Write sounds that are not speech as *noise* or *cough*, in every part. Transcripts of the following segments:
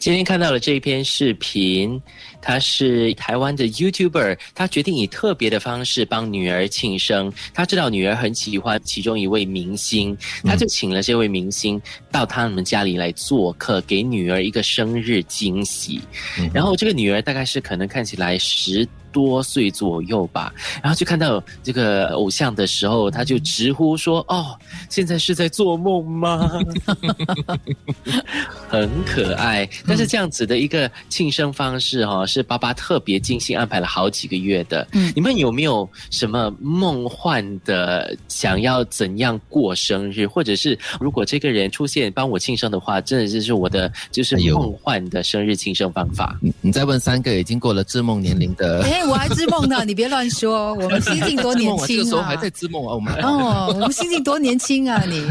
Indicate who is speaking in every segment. Speaker 1: 今天看到了这一篇视频，他是台湾的 YouTuber，他决定以特别的方式帮女儿庆生。他知道女儿很喜欢其中一位明星，他就请了这位明星到他们家里来做客，给女儿一个生日惊喜。
Speaker 2: 嗯
Speaker 1: 然后这个女儿大概是可能看起来十多岁左右吧，然后就看到这个偶像的时候，她就直呼说：“
Speaker 2: *laughs*
Speaker 1: 哦，现在是在做梦吗？” *laughs* 很可爱。但是这样子的一个庆生方式哈、哦，是爸爸特别精心安排了好几个月的。
Speaker 3: 嗯
Speaker 1: 你们有没有什么梦幻的想要怎样过生日，或者是如果这个人出现帮我庆生的话，真的就是我的就是
Speaker 2: 哎呦
Speaker 1: 梦幻的生日庆生方法。
Speaker 2: 你你再问三个已经过了自梦年龄 *laughs* 的，
Speaker 3: 哎，我还自梦呢，你别乱说，我们心境多
Speaker 2: 自
Speaker 3: 年
Speaker 2: 梦啊，这个
Speaker 3: 轻
Speaker 2: 时候
Speaker 3: 啊
Speaker 2: 还！在自梦啊，我哎们。
Speaker 3: 哦，我们心境多年轻
Speaker 2: *laughs*
Speaker 3: 啊！你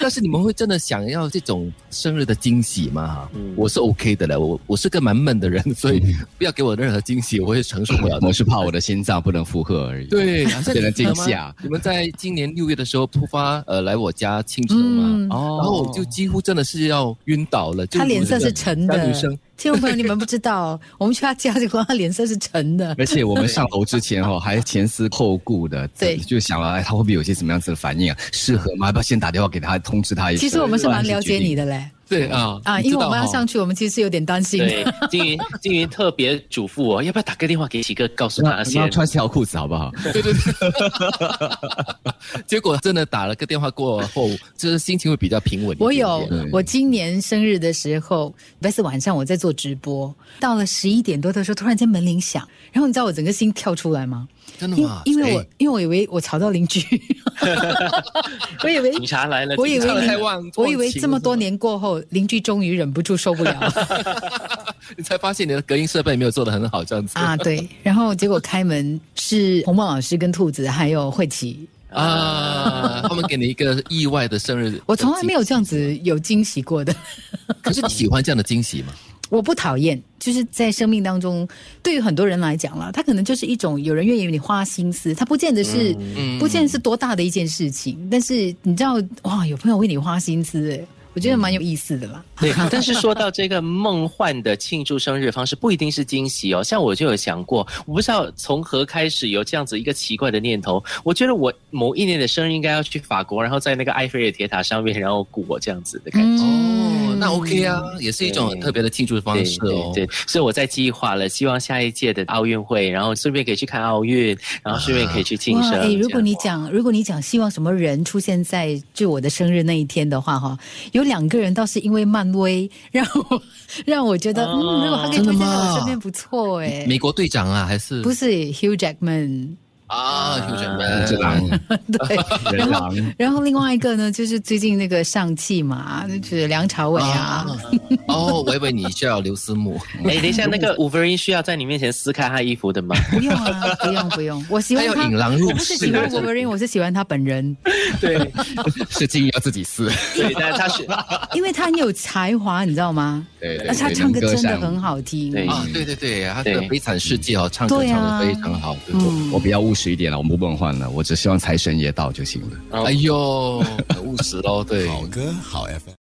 Speaker 2: 但是你们会真的想要这种生日的惊喜吗？
Speaker 1: 嗯
Speaker 2: 我是 OK 的了，我我是个蛮闷的人，所以不要给我任何惊喜，我会承受不
Speaker 4: *laughs*
Speaker 2: 了的。
Speaker 4: 我是怕我的心脏不能负荷而已。，
Speaker 2: 对，好像
Speaker 4: 给人
Speaker 2: 你记得
Speaker 4: 惊吓
Speaker 2: 吗你们在今年六月的时候突发呃来我家庆祝嘛，
Speaker 3: 嗯，
Speaker 4: 哦，
Speaker 2: 然后我就几乎真的是要晕倒了。就
Speaker 3: 他脸色是沉的
Speaker 2: 那女生，。
Speaker 3: 听众朋友，你们不知道，我们去他家结果他脸色是
Speaker 2: *laughs*
Speaker 3: 沉的。
Speaker 4: 而且我们上楼之前哦，还前思后顾的，
Speaker 3: 对
Speaker 4: 就想了，哎，他会不会有些什么样子的反应啊？适合吗？要不要先打电话给他通知他一声？
Speaker 3: 其实我们是蛮了解你的嘞，
Speaker 2: 对啊
Speaker 3: 啊，
Speaker 2: 你
Speaker 3: 因
Speaker 2: 知
Speaker 3: 为
Speaker 2: 道
Speaker 3: 我们要
Speaker 2: 哈 *laughs*
Speaker 3: 上去，我们其实是有点担心的。
Speaker 1: 对，金云金云特别嘱咐我，要不要打个电话给喜哥，告诉
Speaker 4: 不
Speaker 1: 他
Speaker 4: 要，不要
Speaker 1: 先。
Speaker 4: 穿条裤子好不好？
Speaker 2: 结果真的打了个电话过后，就是心情会比较平稳一点点。
Speaker 3: *laughs* 我有
Speaker 4: 对，
Speaker 3: 我今年生日的时候，礼拜四晚上我在做直播，到了十一点多的时候，突然间门铃响，然后你知道我整个心跳出来吗？
Speaker 2: 真的
Speaker 3: 因
Speaker 2: 吗？
Speaker 3: 因为我、
Speaker 2: 哎
Speaker 3: 因为我以为我吵到邻居， *laughs* 我以为
Speaker 1: 警察来了，
Speaker 3: 我以
Speaker 1: 警察
Speaker 2: 你
Speaker 3: 为
Speaker 2: 唱得
Speaker 3: 你
Speaker 2: 太忘
Speaker 3: 我以为
Speaker 2: 忘情
Speaker 3: 这么
Speaker 2: 了是
Speaker 3: 多
Speaker 2: 吗
Speaker 3: 年过后，邻居终于忍不住受不了
Speaker 2: *laughs* 你才发现你的隔音设备没有做得很好，这样子
Speaker 3: *laughs* 啊！对， *laughs* 然后结果开门是红帽老师跟兔子还有慧琪，
Speaker 2: 啊，他们给你一个意外的生日，
Speaker 3: *laughs* 我从来没有这样子有惊喜过的。 *laughs*
Speaker 2: 可是你喜欢这样的惊喜吗？
Speaker 3: 我不讨厌，就是在生命当中，对于很多人来讲啦，他可能就是一种有人愿意为你花心思，他不见得是，
Speaker 2: 嗯
Speaker 3: 嗯不见得是多大的一件事情，但是你知道，哇，有朋友为你花心思，哎我觉得蛮有意思的啦。
Speaker 1: 对，但是说到这个梦幻的庆祝生日方式，不一定是惊喜哦。像我就有想过，我不知道从何开始有这样子一个奇怪的念头。我觉得我某一年的生日应该要去法国，然后在那个埃菲尔铁塔上面，然后鼓我这样子的感
Speaker 3: 嗯
Speaker 1: 觉。
Speaker 2: 哦，那 OK 啊，也是一种很
Speaker 1: 对
Speaker 2: 特别的庆祝方
Speaker 1: 对
Speaker 2: 式哦
Speaker 1: 对。对，所以我在计划了，希望下一届的奥运会，然后顺便可以去看奥运，然后顺便可以去庆
Speaker 3: 哇，
Speaker 1: 生。
Speaker 3: 哎、如果
Speaker 1: 这样
Speaker 3: 你讲，如果你讲希望什么人出现在就我的生日那一天的话，哈，有两个人倒是因为漫威让我让我觉得，
Speaker 1: 哦
Speaker 3: 嗯，如果他可以出
Speaker 2: 真的
Speaker 3: 现在
Speaker 2: 吗
Speaker 3: 我身边不错哎、
Speaker 2: 美国队长啊，还是
Speaker 3: 不是 Hugh Jackman， *laughs*
Speaker 2: 啊？
Speaker 1: 啊
Speaker 2: 有什
Speaker 4: 嗯
Speaker 2: 么
Speaker 4: 这狼，
Speaker 3: 对，
Speaker 4: 这狼，
Speaker 3: 然后另外一个呢，就是最近那个上汽嘛，就是梁朝伟啊，
Speaker 2: *laughs* 哦，我以为你需要刘思
Speaker 3: *laughs*
Speaker 2: 慕。
Speaker 1: 哎，等一下，那个五 v e 需要在你面前撕开他衣服的吗？
Speaker 3: 不用啊，不用不用，我喜欢
Speaker 2: 他
Speaker 3: 他
Speaker 2: 要引狼入室
Speaker 3: 我不是喜
Speaker 1: 啊
Speaker 3: 欢 Wolverine，我是喜欢他本人，
Speaker 1: *laughs* 对，
Speaker 4: 是金鱼要自己撕。
Speaker 1: 对，但他是
Speaker 3: 因为他很有才华，你知道吗？
Speaker 4: 对对
Speaker 3: 而且他
Speaker 4: 对
Speaker 3: 唱歌
Speaker 4: 能歌
Speaker 3: 真的
Speaker 4: 善舞
Speaker 3: 很好听，
Speaker 1: 对
Speaker 2: 啊，对对对，他的
Speaker 1: 对
Speaker 2: 悲惨世界哦，唱歌
Speaker 3: 对
Speaker 2: 唱
Speaker 3: 啊
Speaker 2: 得非常好，对
Speaker 3: 嗯
Speaker 4: 我比较务实一点了，我不梦幻了，我只希望财神爷到就行了。
Speaker 2: 哎呦，很务实喽，对。
Speaker 5: 好歌好 FM。